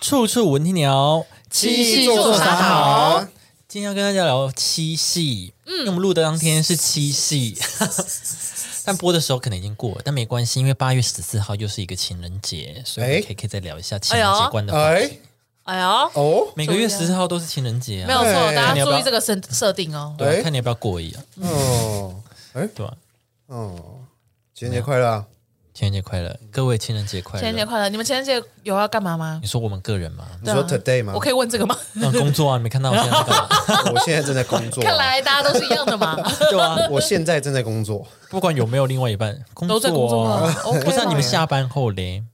处处闻啼鸟，七夕做啥好？今天要跟大家聊七夕，嗯，因为我们录的当天是七夕， 但播的时候可能已经过了，但没关系，因为八月十四号又是一个情人节，所以我们哎可以可以再聊一下情人节观的话题。哎哎呦，哦，每个月十四号都是情人节啊，没有错，哎大看你要家不注要意这个设设定哦。对啊、哎看你要不要过夜啊，哦，对吧、哦，情人节快乐啊！情人节快乐，各位情人节快乐！情人节快乐！你们情人节有要干嘛吗你？说我们个人吗？你说对啊 today 吗我？可以问这个吗？那工作啊，你没看到我现在在干嘛？ 我现在正在工作啊， 看来大家都是一样的嘛，对啊，我现在正在工作。不管有没有另外一半，工作、啊、都在工作啊。OK 不是、啊、啦你们下班后嘞？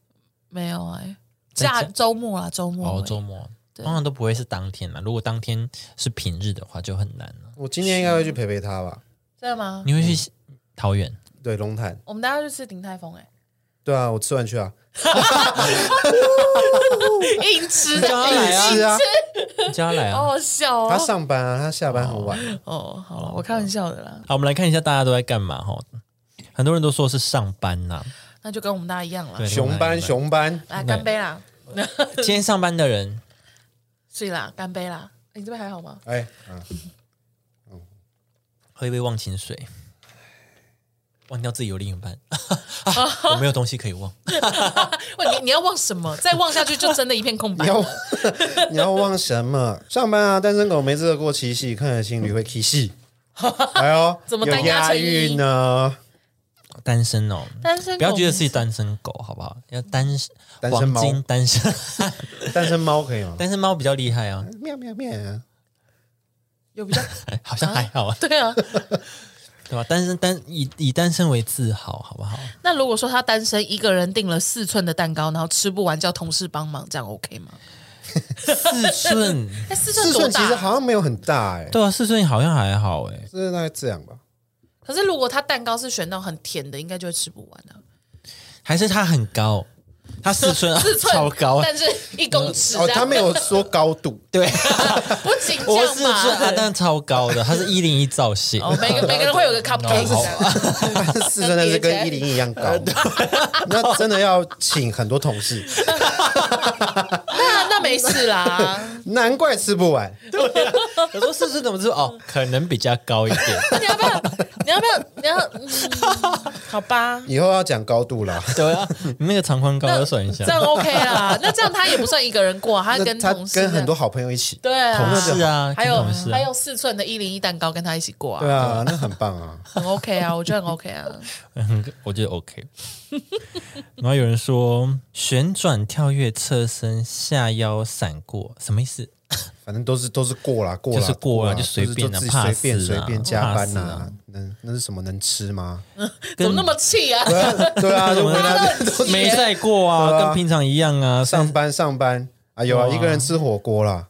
没有哎，在家假周末啊，周末哦，哎周末对通常都不会是当天嘛。如果当天是平日的话，就很难了。我今天应该会去陪陪他吧？真的吗？你会去桃 园？对，龙潭。我们大家去吃鼎泰丰 哎，对啊，我吃完去啊，硬吃叫他来啊是啊，你叫他来 好啊！好笑他哦。上班啊，他下班很晚。哦，好了，我开玩笑的啦，好，我们来看一下大家都在干嘛哈。很多人都说是上班呐、那就跟我们大家一样了对。熊班，熊班，来干杯啦，今天上班的人，睡啦，干杯啦。哎你这边还好吗？哎，嗯喝一杯忘情水，忘掉自己有另一 半。啊我没有东西可以忘，喂，你你要忘什么？再忘下去就真的一片空白你要 了。你要忘什么？上班啊，单身狗没资格过七夕，看了心里会气 戏。哎呦，怎么有单押押成一韵呢？单身哦，单身狗不要觉得自己单身狗，好不好？要单身单身黄猫金单身 单身猫可以吗？单身猫比较厉害啊，喵喵喵！有 比较哎好像还好啊，对啊。对吧？单身单以以单身为自豪，好不好？那如果说他单身一个人订了四寸的蛋糕，然后吃不完叫同事帮忙，这样 OK 吗？四寸， 哎，四寸四多寸其实大？好像没有很大哎，对啊，四寸好像还好哎、是大概这样吧。可是如果他蛋糕是选到很甜的，应该就会吃不完 啊。还是它很高，它四寸啊 四寸超高，但是一公尺哦，这他样，没有说高度，对，不紧我四张寸啊，嘛？但超高的，它是一零一造型，哦，每个每个人会有个 cupcake 这样四寸但是跟一零一样高， 那真的要请很多同事，那那没事 啦。难怪吃不完。我说四寸怎么吃？哦，可能比较高一 点，那你要不要？你要不要？你要？嗯好吧，以后要讲高度啦。对啊，你那个长宽高要算一下这，样 OK 啦。那这样他也不算一个人过啊，他那跟他同事跟很多好朋友一起，对啊，同事啊，还有跟同事还啊，有四寸的一零一蛋糕跟他一起过对啊，啊，那很棒啊。很 OK 啊，我觉得很 OK 啊。嗯我觉得 OK。然后有人说旋转、跳跃、侧身、下腰、闪过，什么意思？反正都是都是过啦，过啦，就是过啦就随就是便啊就自己怕随死便啊随便加班怕呐、死啊能那是什么能吃吗？ 怎么那么气啊？对啊，对 啊，就问他大家都很急没在过对啊啊，跟平常一样啊。 上班上班啊，有啊，哇一个人吃火锅啦，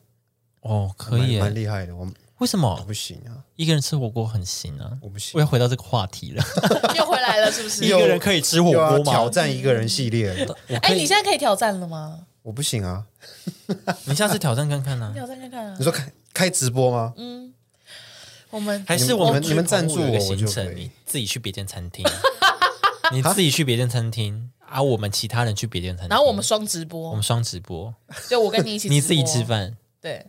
哦，可蛮以耶，蛮厉害的，我为什么我不行啊，一个人吃火锅很行啊？我不行我要回到这个话题了。 又回来了是不是一？个人可以吃火又要锅啊挑吗？战一个人系列，哎、你现在可以挑战了吗？我不行啊。你下次挑战看看 啊。挑战看看啊你！说开开直播吗？嗯我们还是你们我你们你们去赞助澎湖有个我我行就可程，以你自己去别间餐 厅，你自己去别间餐厅啊，我们其他人去别间餐厅，然后我们双直我播们，双直播，就我跟你一起直播，你自己吃饭，对，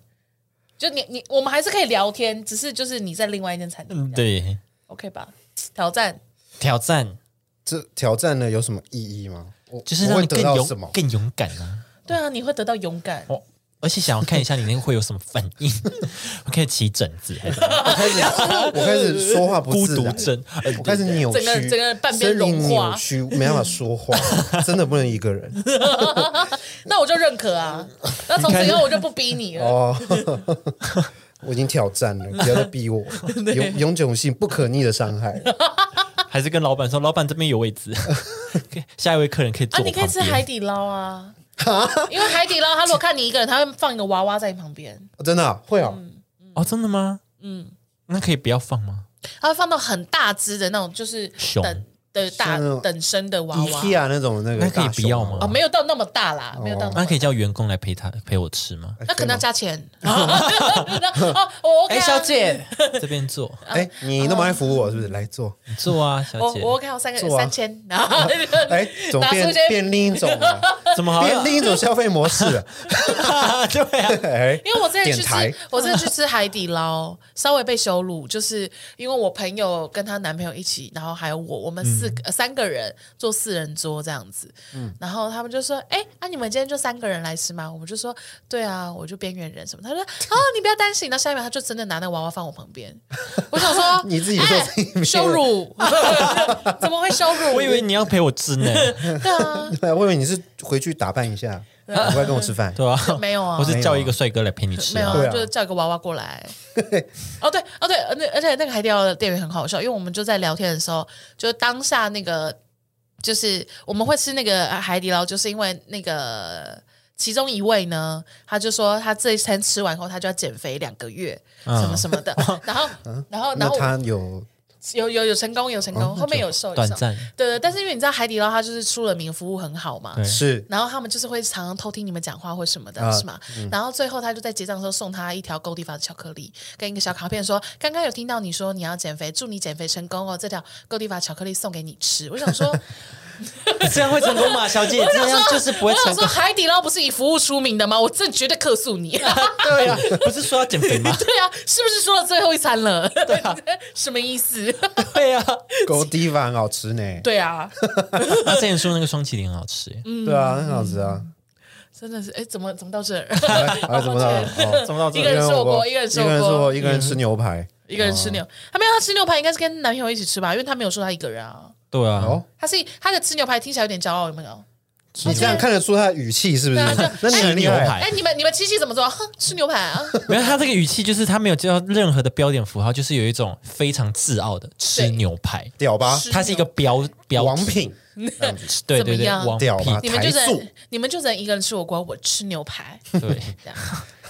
就你你我们还是可以聊天，只是就是你在另外一间餐厅，嗯，对， ，OK 吧？挑战挑战这挑战了有什么意义吗？我就是我让会你得更到什么勇？更勇敢啊！对啊，你会得到勇敢。哦，而且想要看一下你那个会有什么反应， 我可以起疹子，还是我开始我开始说 话不孤自独然，症，呃我开始扭曲，整个整个人半边身融体化扭曲，没办法说 话，真的不能一个人。那我就认可 啊，那从此以后我就不逼你了。 哦，我已经挑战了，不要再逼 我。永永久性不可逆的伤害，还是跟老板说，老板这边有位置， 可以下一位客人可以啊，坐我你可以旁吃边。海底捞啊，因为海底捞他如果看你一个人，他会放一个娃娃在你旁边，哦真的啊会哦。嗯哦，真的吗？嗯，那可以不要放吗？他会放到很大只的那种，就是熊等的大像那种等身的娃娃 IKEA 那种那个那可以大熊啊不要吗哦，没有到那么大啦，没有到那那么可以叫员工来陪他陪我吃吗？哎那可能要加钱。哦，我 OK 哎，啊小， 姐，这边坐，哎，你那么爱服务我是不是？来坐。你坐啊，小我姐。我 OK，我三个做啊三千，然后哎，怎么 拿出变一些变另一种啊了？怎么好变另一种消费模 式了？对啊，哎，因为我之前点去台吃，我之前去吃海底捞， 稍微被羞辱，就是因为我朋友跟她男朋友一起，然后还有我，我们四嗯个、呃三个人坐四人桌这样子，然后他们就说：“哎、啊，你们今天就三个人来吃吗？”我们就说：“对啊，我就边缘人什么。”他说：“ 哦，你不要担心。”然后下一秒他就真的拿那个娃娃放我旁边，我想说 你自己坐自己哎羞辱， 怎么会羞辱？我以为你要陪我吃 呢，对啊，对，我以为你是回去打扮一下，赶快跟我吃饭。对吧？没有啊我是叫一个帅哥来陪你吃没有，啊。对啊就是叫一个娃娃过来。 哦，对，哦对，那而且那个海底捞的店员很好笑，因为我们就在聊天的时候，就当下那个就是我们会吃那个海底捞，就是因为那个。其中一位呢，他就说他这一餐吃完后，他就要减肥两个月，啊什么什 么的。然后，然后，然啊那后他哦有有有有成功，有成功，后面有瘦，有短瘦暂对对，但是因为你知道海底捞，它就是出了名服务很好嘛，对是然后他们就是会常常偷听你们讲话或什么的，啊是吗？然后最后他就在结账的时候送他一条勾地法的巧克力跟一个小卡片说，刚刚有听到你说你要减肥，祝你减肥成功哦，这条勾地法巧克力送给你吃。我想 说，这样会成功吗，小姐？我这想样说，就是不会我想成说功。海底捞不是以服务出名的吗？我真的 绝对克诉你。对啊，不是说要减 肥吗？对啊，是不是说了最后一餐了？对啊， 什么意思？对啊。狗地方好吃呢，对啊，他之前说那个双麒麟很好吃，嗯对啊，很好吃啊。真的是，哎，怎么怎么到这儿？ 来，来怎么到了？哦怎么到这一个人里？吃火锅一一个个人人嗯吃吃火火锅锅，一个人吃牛排。一个人吃牛，他没有他吃牛排，应该是跟男朋友一起吃吧，因为他没有说他一个人啊。对啊哦，，他是他的吃牛排听起来有点骄傲，有没有？你这样看得出他的语气是不是对啊？那你很厉吃牛排害，哎，你们你们七夕怎么做？哼，吃牛排啊？没有他这个语气，就是他没有叫任何的标点符号，就是有一种非常自傲的吃对牛排，屌吧？吃它是一个标标王题，品对怎么对对，样王屌品吧，你们就台塑能你们就能一个人吃火锅，我吃牛排。对，这样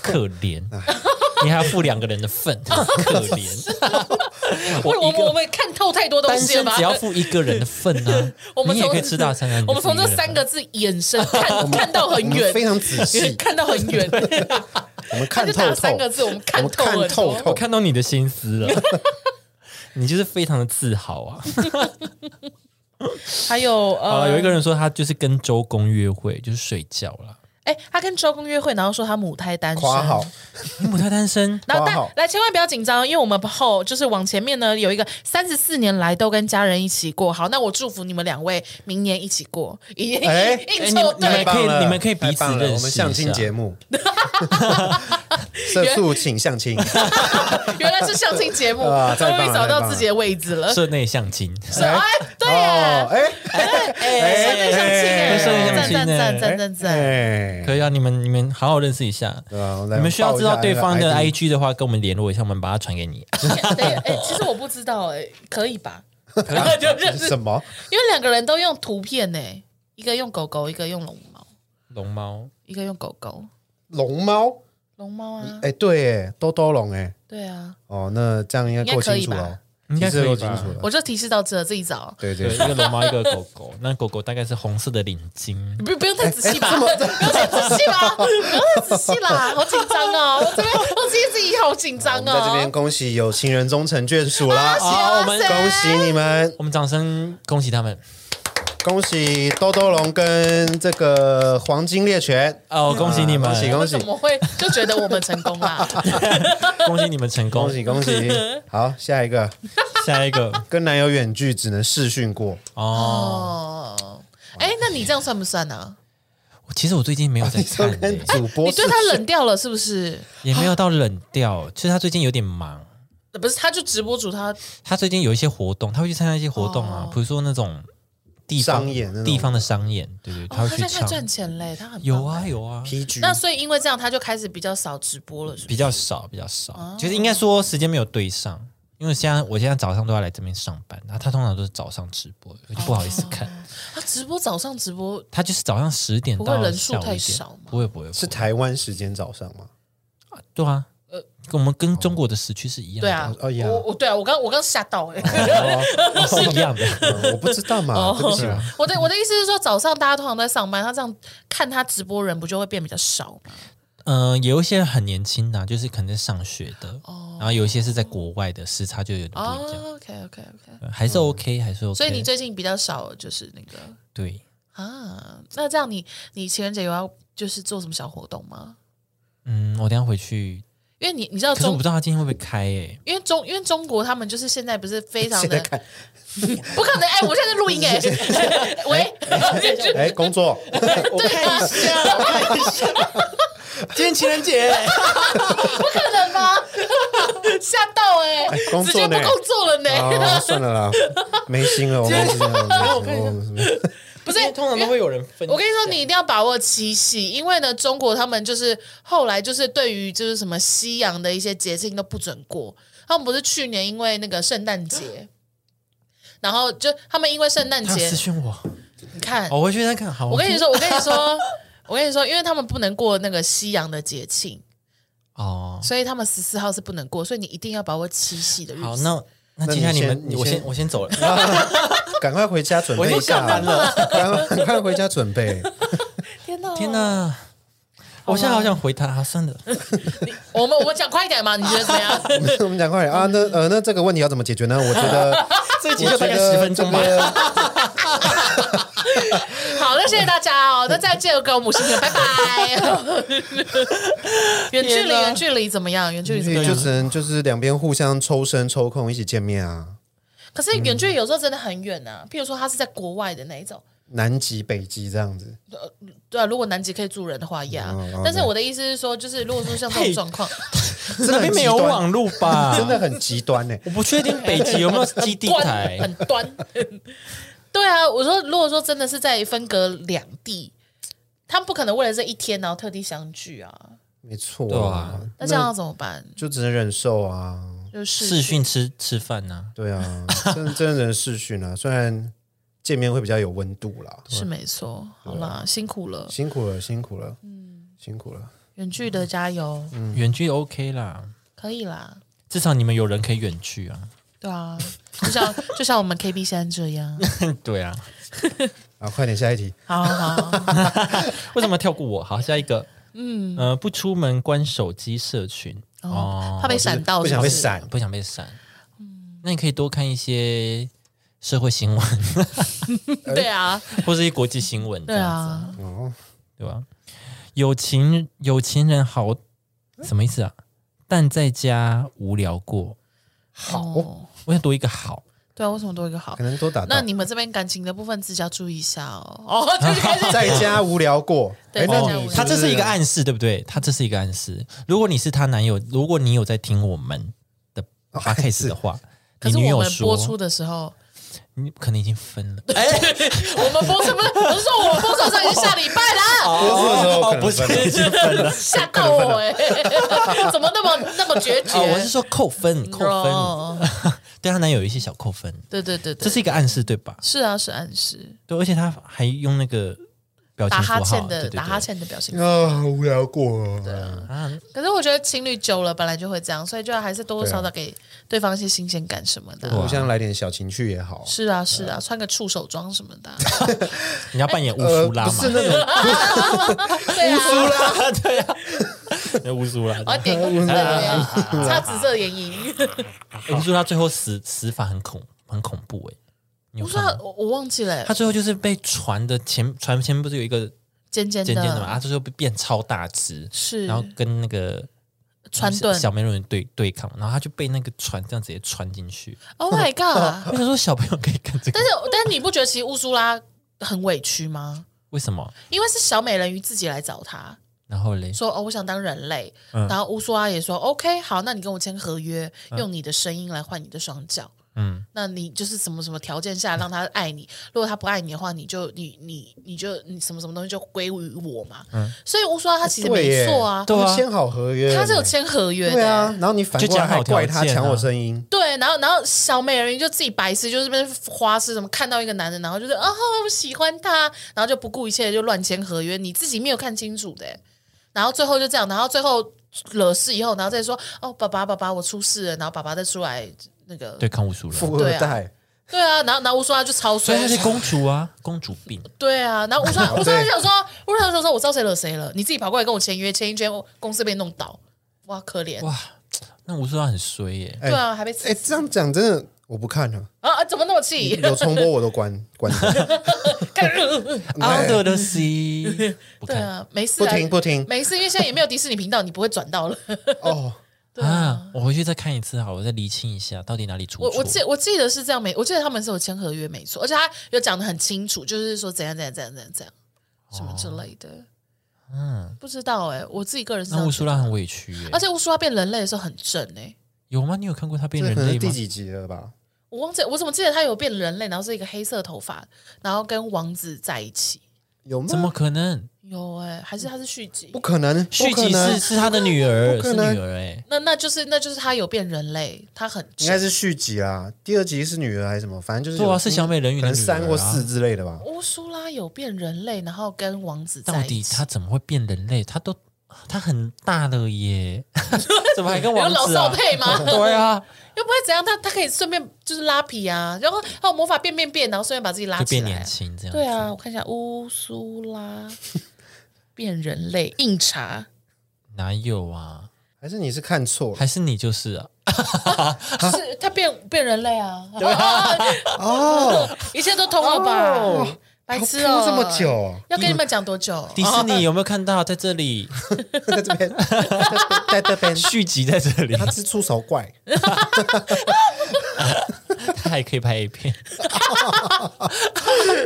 可怜，你还要付两个人的份，可怜。我我一我我个们看透太多东单西了身吧只？要付一个人的份呢 我，们你也从可以吃大餐啊。你就我们从付一这人的三个字衍生看看到很我远们，非常仔 细，看到很远。我们他看就透打透三。个字，我们我看们透看很透多。我透，看到你的心思了， 你就是非常的自豪啊。嗯还有 好了，有一呃，个人说他就是跟周公约会，就是睡觉了。哎，他跟周公约会，然后说他母胎单身。夸好，你母胎单身，然后花好但来千万不要紧张，因为我们后就是往前面呢有一个三十四年来都跟家人一起过。好，那我祝福你们两位明年一起过，一应哎哎应你们酬你们可对以太棒了你们可以彼此太棒了认识我们相一亲下 节目， 社畜请相亲，原来是相亲节目，啊终太棒了于找太棒到了自己的位置了。社内相亲，呃是哎，对哦呀，哎社内相亲哎哎，社内相赞亲赞哎赞赞赞赞，哎，可以啊。你们你们好好认识一下。对啊我来你们需要报一知下道对方的那个 ID IG 的话，跟我们联络一下，我们把它传给你。 等一下哎，其实我不知道，哎，可以吧？ 是什么？因为两个人都用图片呢，一个用狗狗，一个用龙猫，龙猫，一个用狗狗，龙猫？龙猫啊，哎，对耶，兜兜龙哎，对啊，哦，那这样应该够清楚了，应该其实可以够吧清楚了。我就提示到这，自己找。啊对对对，一对，个龙猫，一个狗 狗。那狗狗大概是红色的领巾，不不用太仔细哎吧，不用太仔细吧，不用太仔细 啦，好紧张哦！我这边我自己自己好紧张我们在这边啊哦。恭喜有情人终成眷属啦！好我们恭喜你们，我们掌声恭喜他们。恭喜兜兜龙跟这个黄金猎犬，啊哦，恭喜你们， 恭喜我恭们喜怎么会就觉得我们成 功啦？恭喜你们成恭功。 喜恭喜！好，下一个下一个跟男友远距只能视讯过， 哦，哦，哎，那你这样算不算呢？其实我最近没有在 你说看欸、跟主播你对他视讯冷掉了是不是？也没有到冷掉，就是他最近有点忙。不是，他就直播主他他最近有一些活动，他会去参加一些活动啊，哦比如说那种地方商演那种地方的商演，对对，哦，会他去现在唱。赚钱嘞，他很棒有。啊有啊， PG，那所以因为这样，他就开始比较少直播了，是不比是？较少比较哦少，就是应该说时间没有对上。因为现在我现在早上都要来这边上班，然后他通常都是早上直哦播，我就不好意思看。他直播早上直播，他就是早上十点不会到人数下午太一点少吗，不会不会不会是台湾时间早上吗？对啊，我们跟中国的时区是一样的，呃对啊，哦一样我我对啊，我刚我刚吓到哎、哦是一样 的。嗯我不知道嘛，哦对不起啊。我的我的意思是说，早上大家通常在上班，他这样看他直播人不就会变比较少吗？嗯、有一些很年轻的啊、就是可能在上学的，然后有一些是在国外的，时差就有点不哦一样。 ，OK OK OK，对还是 OK，、还是 OK。所以你最近比较少就是那个对啊，那这样你你情人节有要就是做什么小活动吗？嗯，我等一下回去，因为你你知道可是我中不知道他今天会不会开欸诶、因为中因为中国他们就是现在不是非常现在的看，不可能哎、我现在在录音哎、喂，哎，工作，我看一下，我看一下，今天情人节，不可能吗？吓到哎、哎工直作接呢不工作了呢、哦，算了啦，没 心了，我们是这样我子哦看一下我们是， 不是因为通常都会有人分。我跟你说，你一定要把握七夕，因为呢，中国他们就是后来就是对于就是什么西洋的一些节庆都不准过。他们不是去年因为那个圣诞节，然后就他们因为圣诞他节私，讯我，你看，哦我回去再看。好，我跟你说，我跟你 说，我跟你说，因为他们不能过那个西洋的节庆，哦，所以他们十四号是不能过，所以你一定要把握七夕的日子。好，那那那接下来你你先们，你我先先啊我先走了。赶快回家准备一下，我已经下班了赶快赶快回家准备。 天哪，天！哪！我现在好想回他，啊算了，我们我们讲快一点嘛，你觉得怎么样？我们讲快点啊，那呃，那这个问题要怎么解决呢？我觉得， 这一集我就觉大概得十分钟吧。这个好，那谢谢大家 哦，那再见，给我们五星评，拜拜。远距天离，哪嗯啊远距离怎么样？远距离怎么所以样？就只能就是两边互相抽身抽空一起见面啊，可是远距离有时候真的很远啊，譬如说他是在国外的那一种。南极北极这样子，对啊，如果南极可以住人的话呀嗯嗯但是我的意思是说，就是如果说像这种状况，真的那很边极没有端网路吧？真的，很极端欸 呢。我不确定北极有没有基 地端台。很端。 对啊，我说如果说真的是在分隔两地，他们不可能为了这一天然后特地相聚啊，没错，对啊那这样要怎么办？就只能忍受啊。就是视讯吃吃饭呐、对 啊，真真人视讯啊，虽然见面会比较有温度啦，是没错，好啦，辛苦了，辛苦了，辛苦了，嗯，辛苦了。远距的加油，嗯远距 OK 啦，可以啦，至少你们有人可以远距 啊。对啊，就像 就像我们 KB 山这样，对啊，啊，快点下一题，好好好，为什么跳过我？好，下一个，嗯，呃，不出门关手机社群哦哦，怕被闪到不是想不被是，闪，不想被闪。那你可以多看一些社会新闻 对啊，或是一些国际新闻，对，啊，哦，对吧？有情有情人好什么意思啊？但在家无聊过，好，我想多一个好，哦对啊，为什么多一个好可？能都打到那。你们这边感情的部分自己要注意一下哦。哦，这个开始 在家无聊过，对哎，那在家无你聊他这是一个暗示，对不对？他这是一个暗示。如果你是她男友，如果你有在听我们的 podcast 的话，可你是女我友们播说出的时候，你可能已经分了， 我们播出不是不是说我们播出的时候已经下礼拜 哦啦，播出的时候哦哦可能不是分了已经分了吓到我哎， 怎么那么那么决绝？ 哦，我是说扣分，扣分，哦，对她男友有一些小扣分，对对对对，这是一个暗示，对吧？是啊，是暗示，对，而且他还用那个表情打符号哈欠的对对对打哈欠的表情。啊，无聊过，啊，可是我觉得情侣久了本来就会这样，所以就还是多多少啊少给对方一些新鲜感什么的。啊互相来点小情趣也好。是啊，是啊，穿个触手装什么的 啊，你要扮演乌呃，苏拉不嘛？是那种对啊，拉，对 啊，那乌苏拉，我要点个 对啊，擦紫色眼影。乌苏拉最后死死法很恐很恐怖哎，你有我看说吗我我忘记了他，最后就是被船的前船前不是有一个尖尖尖尖的嘛，他最后变超大只，是然后跟那个川小顿小美人鱼对对抗，然后他就被那个船这样直接穿进去。，Oh my god！我想说小朋友可以看这个但，是但是你不觉得其实乌苏拉很委屈吗？为什么？因为是小美人鱼自己来找他然后嘞，说：“哦，我想当人类。嗯然后乌苏拉也说：“OK，好，那你跟我签合约，嗯用你的声音来换你的双脚。嗯，那你就是什么什么条件下让他爱你，如果他不爱你的话，你就你你你就你什么什么东西就归于我嘛。所以乌苏拉他其嗯哎实对没耶错啊，对啊签好合约，他是有签合约的、对啊，然后你反过来还怪他就讲好条件啊抢我声音，对，然后然后小美人鱼就自己白痴，就是被花痴，什么看到一个男人，然后就是啊、我喜欢他，然后就不顾一切就乱签合约，你自己没有看清楚的欸，然后最后就这样，然后最后惹事以后，然后再说哦，爸爸爸爸我出事了，然后爸爸再出来那个对康无素啊人，富二代，对啊，然后然后吴双就超所衰以她，是公主啊，公主病。对啊，然后吴双吴双对就想说，吴双想说我知道谁惹谁了，你自己跑过来跟我签约，签一签公司被弄倒，哇可怜，哇，那吴素她很衰耶、哎对啊还被刺哎，这样讲真的我不看 了，啊啊怎么那么气？有重播我都关关 掉，啊看嗯 Under the sea，不对看啊，没事不啊，听不听没事，因为现在也没有迪士尼频道，你不会转到了。哦。啊！我回去再看一次好了，我再厘清一下到底哪里出我错。我记我记得是这样没，我记得他们是有签合约没错，而且他有讲的很清楚，就是说怎样怎样怎样怎样怎样什么之类的。嗯，不知道哎、我自己个人是这哦那样乌觉苏得。拉很委屈耶、而且乌苏拉变人类的时候很正哎、有吗？你有看过她变这人可能类是第吗？几集了吧？我忘记我怎么记得他有变人类，然后是一个黑色头发，然后跟王子在一起。有吗？怎么可能？有哎、还是他是续集不？可能？续不可集是能是她的女儿，不是可女能儿哎、那那就是那就是他有变人类，他很应该正。是续集啦。第二集是女儿还是什么？反正就是对啊，有是小美人鱼可的能女儿、啊、三或四。之类的吧。乌苏拉有变人类，然后跟王子到在一底起。她怎么会变人类？她都她很大了耶， 怎么还跟王有老子少啊？配吗？对啊，又不会怎样，他他可以顺便就是拉皮啊，然后还有魔法变变变，然后顺便把自己拉就起变来、年轻这样。对啊，我看一下乌苏拉变人类硬查，哪有啊？还是你是看 错了还是你就是啊？是他变变人类啊，对啊，哦？一切都通了吧？哦白痴好哦、哭这么久 哦，要跟你们讲多久？迪士尼有没有看到在这 里在这边，在这边，续集在这 里？他是出手怪，他还可以拍 A 片，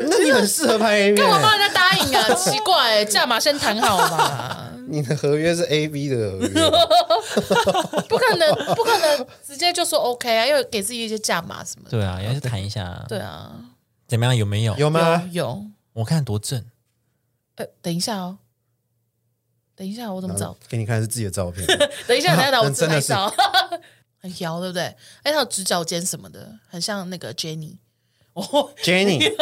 那你很适合拍 A 干哦嘛帮片。人家答应啊？奇怪、欸，价码先谈好嘛，你的合约是 A V 的合约吧， 不可能，不可能直接就说 OK 啊，要给自己一些价码什么的。对啊，也是谈一下，对，啊，怎么样？有没有？有有吗？有。我看多正，呃，等一下哦，等一下，我怎么找？给你看是自己的照片，等一下，等一下，我嗯自真的拍是照，很摇，对不对？哎，他有直角肩什么的，很像那个 Jenny，哦 Jenny，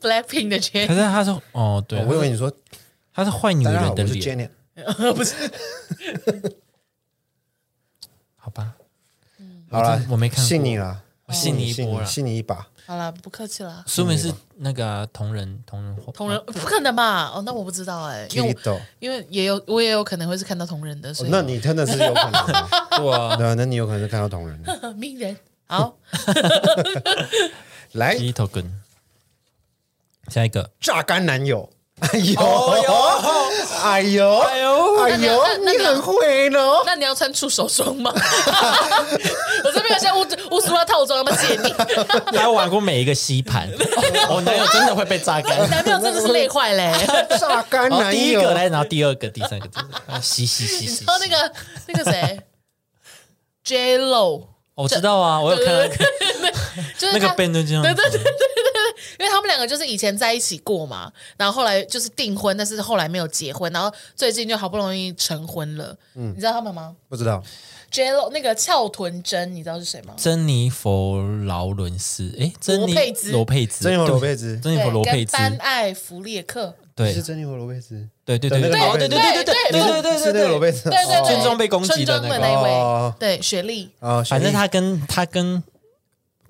，Blackpink 的可 Jenny，是他说哦，对，我以为你说他是坏女大家人好，的我是脸， Jenny，不是好吧，好了，我没看过信你了，我哦信你一波了。信你一把，好啦，不客气啦。说明是那个啊同人同人同人不可能吧？哦，那我不知道哎、因为我 Kirito 因为也有我也有可能会是看到同人的，所哦以、那你真的是有可能啊， 对啊，对啊，那你有可能是看到同人的。 呃名人好来，鸡头根。下一个，榨干 男友。哎呦，哦哎呦，哎呦，哎呦那，那那你很会呢。 那你要穿触手霜 吗？ 我这边有像乌乌苏拉套装，要不要 借你？他玩过每一个吸 盘，我男友真的会被榨 干。男朋友真的是累坏 嘞、榨干然后男第一友，个来，然后第二个、第三个，第四个啊吸吸吸吸。然后那个那个谁 J Lo，我知道啊，我有看到那个就是那个他 Ben 就这样，对对对对对对，因为他们两个就是以前在一起过嘛，然后后来就是订婚，但是后来没有结婚，然后最近就好不容易成婚了。你知道他们吗不知道， ？J Lo 那个翘臀真，你知道是谁吗？珍妮佛劳伦斯，哎，珍妮罗佩兹罗佩兹，珍妮佛对罗佩兹珍妮佛罗佩跟兹，班艾弗列克，对是珍妮佛罗贝兹，对对对对对那哦个对对罗对佩对对对对对对对是那个罗贝对，兹，对对对，村庄被攻击的村那个庄的那一位，哦对雪莉。啊，反正雪莉他跟他跟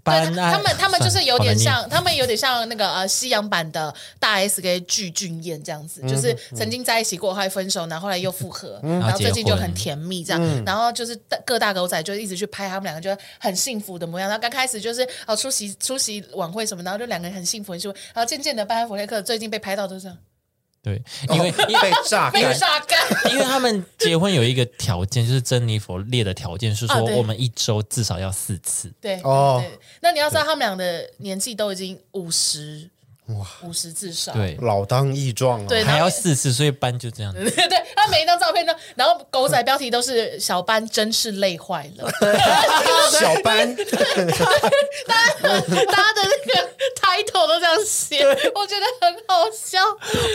班啊对，爱，他们他们就是有算点了像，他们有点像那个呃西洋版的大 S 跟具俊彦这样子，就是曾经在一起过，后来分手，然后后来又复合，嗯然后最嗯近就很甜蜜这样，然后就是大各大狗仔就一直去拍他们两个就很幸福的模样，然后刚开始就是哦出席出席晚会什么，然后就两个人很幸福很幸福，然后渐渐的班艾弗雷克最近被拍到都是这样对，因为 哦被榨被干，榨干，因为他们结婚有一个条件，就是珍妮佛列的条件是啊说，对我们一周至少要四次。对哦对，那你要知道他们俩的年纪都已经五十哇五十至少对，老当益壮啊，啊对，然还后要四次，所以班就这样。 对对，他每一张照片都，然后狗仔标题都是“小班真是累坏 了”， 小班，大家的那个 title 都这样写，我觉得很好笑。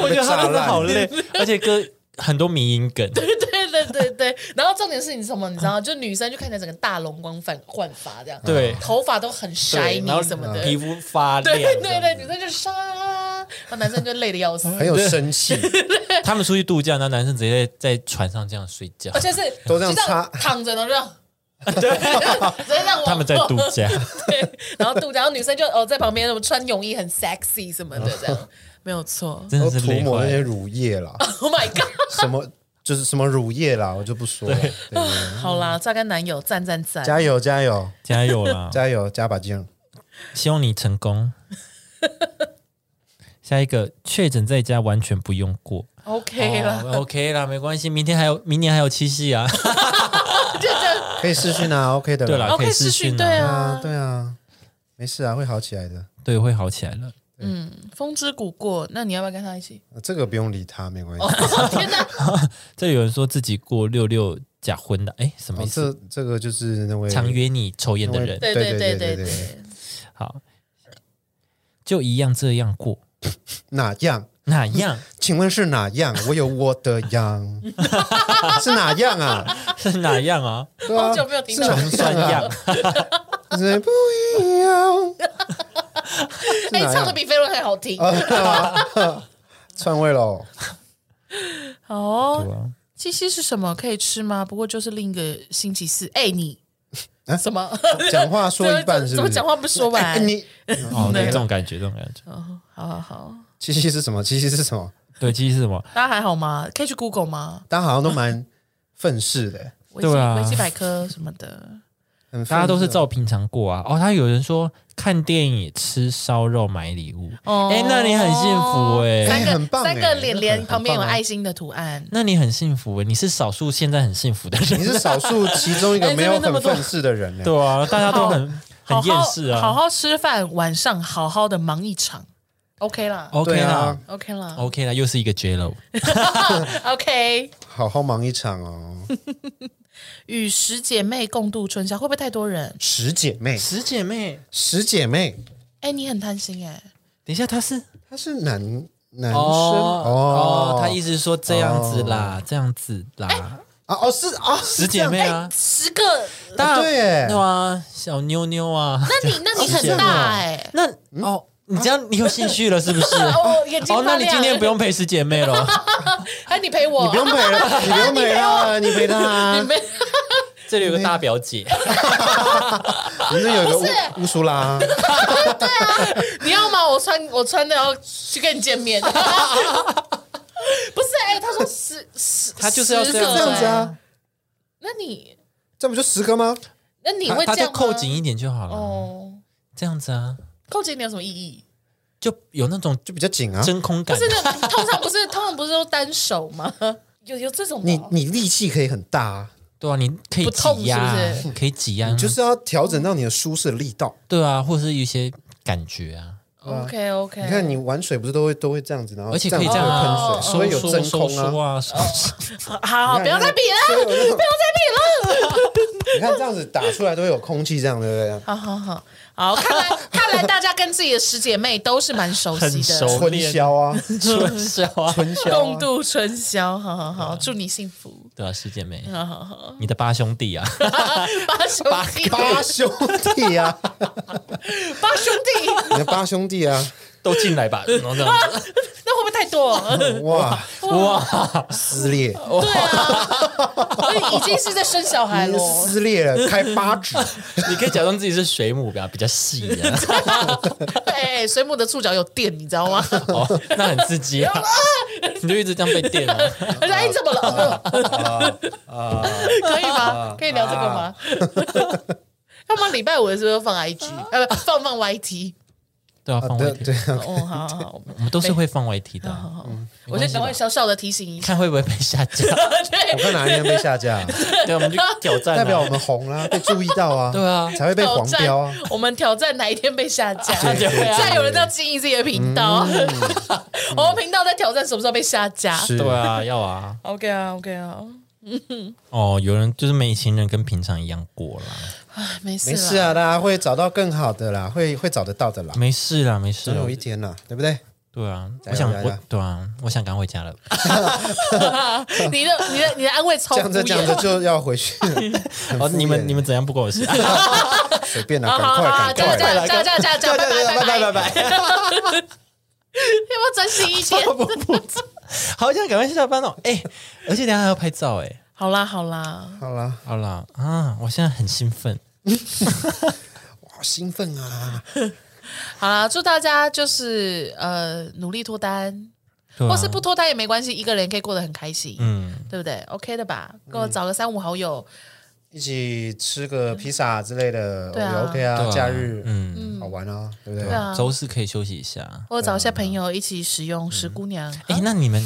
我觉得他真被炸的烂好累，而且歌很多迷音梗，对对对对，然后重点是你什么，你知道吗，就女生就看起来整个大容光焕焕发这样，对头发都很 shiny 然后什么的，皮肤发亮。对对对，女生就沙啦啦啦，那男生就累得要死，哎很有 生气，他们出去度假，那男生直接在在船上这样睡觉而，且是都这样就插躺着呢，这样。对，直接让我他们在 度假，对，然后度假，然后女生就哦在旁边什么穿泳衣很 sexy 什么的，这样没有错。真都的是涂累抹坏那些了。乳液啦， Oh my god！ 什么就是什么乳液啦，我就不说了。对对对好啦，榨干男友，赞赞赞！加油加油加油 啦！加油，加把劲！希望你成功。下一个确诊在家完全不用过 OK 了，哦、，OK 啦，没关系，明天还有明年还有七夕啊。就这样可以试训啊，OK 的啦。对啦， OK 以视试讯训对啊，啊啊，，对啊，没事啊，会好起来的。对，会好起来了。风之谷过，那你要不要跟他 一起？哦这个不用理他，没关哦系。天哪，这有人说自己过六六假婚的，哎，什么哦意思？这这个就是那位常约你抽烟的人，对对对对对对对 哎对，好，就一样这样过，哪样？哪样？请问是哪样？我有我的 样，是哪样啊？是哪样啊？对啊，好久没有听到是哪算 样样啊？，是不一样。是 哎哪，样哦唱的比飞轮还好听。篡位 喽！好哦，对啊七夕是什么？可以吃吗？不过就是另一个星期四。哎，你 啊什么？讲话说一半是不是？怎么讲话不说完哎 你哦，对，啊对这种感觉，这种感觉。哦，好好好，七夕是什么？七夕是什么？对，其实是什么？大家还好吗？可以去 Google 吗？大家好像都蛮愤世的，维基对啊维基百科什么的。很愤世大家都是照平常过啊。哦，他有人说看电影、吃烧肉、买礼物，哦哎，那你很幸福哎，三个很棒哎哦三个脸那脸很旁边有很棒啊爱心的图案。那你很幸福哎，你是少数现在很幸福的 人，你是少数其中一哎个这没边有那么很多愤世的人 呢。对啊，大家都很很好好厌世啊。好好吃饭，晚上好好的忙一场。OK 啦 OK 对啦啊， ，OK 啦，OK 啦，又是一个 J Lo。 ，OK。好好忙一场哦，与十姐妹共度春宵，会不会太多人？十姐妹，十姐妹，十姐妹，哎，你很贪心哎，等一下，他是他是男男生哦哦，他意思是说这样子啦，这样子哎啦，啊哦是啊，十姐妹啊，十个，当然对耶对啊，小妞妞啊，那你那你很大哎，那嗯哦，你这样你有兴趣了是 不是？哦，眼睛哦，那发亮你今天不，用陪十姐妹了， 哎，你陪我，你不用陪了，你不用陪 了，你陪他啊，哦没这里有个大表姐，你这有一个乌乌苏拉， 你要吗？我穿我穿的要去跟你见面。不是哎、他说十十，他就是要十这样个这样子哎啊，那你这不就十个吗？那你她会她这样就吗扣紧一点就好了，哦，这样子啊，扣紧你有什么意义？就有那种就比较紧啊，真空不感是，那通常不是通常不是都单手吗？有有这种的你哦你力气可以很大啊，对啊，你可以不痛挤压是不，可以挤压，你就是要调整到你的舒适的力道。对啊，或是一些感觉啊， OK OK，你看你玩水不是都会都会这样子，然后而且可以这样子啊，喷水，所以有收真收空收啊。啊，收哦好好你看不要再比了，不要再比了！ 你看这样子打出来都会有空气，这样对不对？好好好好，看来看来大家跟自己的十姐妹都是蛮熟悉很熟的，我春练宵啊， 春宵啊，春宵共啊，度春宵，好好好，祝你幸福，对啊，十姐妹，好好好，你的八兄弟啊， 八兄弟，八兄弟啊， 八兄弟。你的八兄弟啊，都进来吧，然后这样子，那会不会太多？哇，哇，哦撕裂，对 啊，所以已经是在生小孩喽。哎撕裂了，开八指，你可以假装自己是水母，比较比较细啊，哎，水母的触角有电，你知道 吗？哦，那很刺激啊， 你就一直这样被电啊，我说哎，你怎么了？啊可以吗？可以聊这个吗？要么礼拜五的时候放 IG，呃，不放放 YT。对啊，啊放对 YT，对啊，哦，好好好，我们都是会放 YT 的啊，我就赶快小小的提醒 一下。看会不会被下 架，我看哪一天被 下架，啊对，我们就挑战啊，代表我们红啦，被注意到啊，对啊才会被黄标啊。我们挑战哪一天被下架？对对对再有人要经营自己的频道， 我们频道在挑战什么时候被下架是对啊，要啊， ？OK 啊，OK 啊，哦，有人就是没情人跟平常一样过啦，哎没事没啦事啊，大家会找到更好的啦，会会找得到的啦，没事啦，没事总啦有，一天啦，对不对？对啊，我加油想加油我对啊，我想赶回家了， 你的你的你的安慰超这敷样着讲着衍。就要回 去了，很敷哦，衍欸你们你们怎样不关 我事？随便好啦，好好，赶快加赶加快， 加加加加，拜拜拜拜拜拜。拜。要不要珍惜 一点？好想赶快下班哦！哎、而且等一下还要拍照哎、好啦好啦，好啦，好啦啊，我现在很兴奋，我好兴奋啊！好啦，祝大家就是呃努力脱单，对啊或是不脱单也没关系，一个人可以过得很开心，嗯，对不对？OK 的吧？跟我找个三五好友，一起吃个披萨之类的，对啊也 OK 啊，对啊假日嗯，好玩啊，对不对对？啊周啊四可以休息一下。或者找一些朋友一起使用石姑娘。哎、 那你们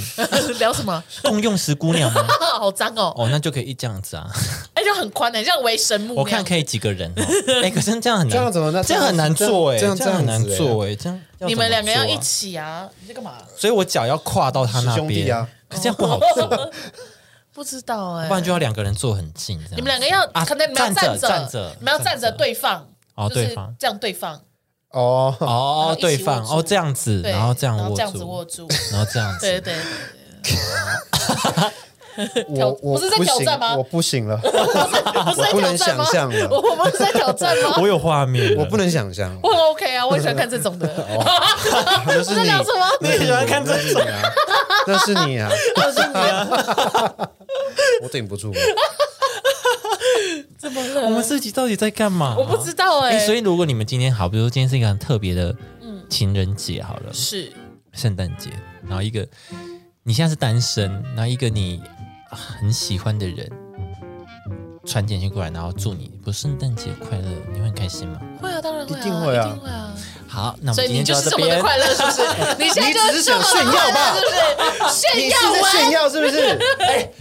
聊什么？共用石姑娘吗？ 好脏哦！哎哦，那就可以这样子啊。哎，就很宽的，像围神木那样。我看可以几个人哦。哎、可是这样很难，这样怎么那这样很难做哎、这样这样很难这样子哎做哎、这样要你们怎两么个要做啊一起啊！你在干嘛？所以我脚要跨到他那师兄弟边啊，可这样不好 做，不知道哎，不然就要两个人坐很近这样。你们两个要啊可能你们要站着站站着你们要站着站着对放，哦就是对方这样对放，哦，哦，对然放后哦一起握住这样子，对，然后这样然后握这样子住，握住，然后这样对子，对对，挑我我不是在 挑行战吗我不行了， 不是 在我不能挑战吗想象？了 我我们是在挑战吗？ 我有画面，我不。能想象。我很 OK 啊，我很喜欢看这种的。哦 那是在你啊聊什么？你喜欢看这种？那是你 啊，那是你啊， 我顶不住了。怎么了？我们自己到底在干嘛？我不知道哎哎，所以如果你们今天好，比如说今天是一个很特别的嗯情人节好了，是圣诞节，然后一个你现在是单身，然后一个你啊很喜欢的人传简讯过来，然后祝你不是圣诞节快乐，你会很开心吗？会啊，当然会啊，一定会啊一定会啊。好，那我所们以今你天就到是这这么的边。快乐，是不是？ 你现在就是这么的快乐，是 不是？你是炫耀在炫文耀是不 是？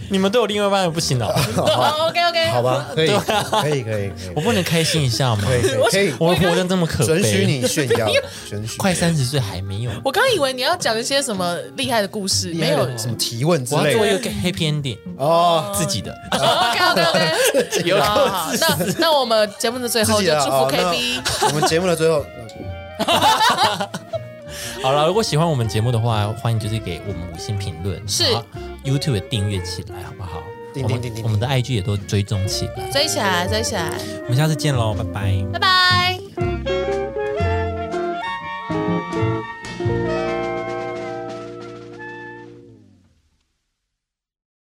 你们都有另外一半不行哦，好，OK OK，好吧，可以，可以，可以，可以啊我不能开心一 下吗？可以，可以，可我活得这么可以，悲，准许你炫耀， 准许。快三十岁还没有，我刚以为你要讲一些什么厉害的故事，没有。 什么提问之我要类做一的个 happy ending，哦，自己的。 OK OK OK，有好哦好那那我们节目的最后自己就的祝哦福 KB，那我们节目的最后，好了，如果喜欢我们节目的话，欢迎就是给我们五星评论，是然后 YouTube 也订阅起来，好不好？叮我们叮叮叮我们的 IG 也都追踪起来。追起来，追起来，我们下次见喽，拜拜。拜拜。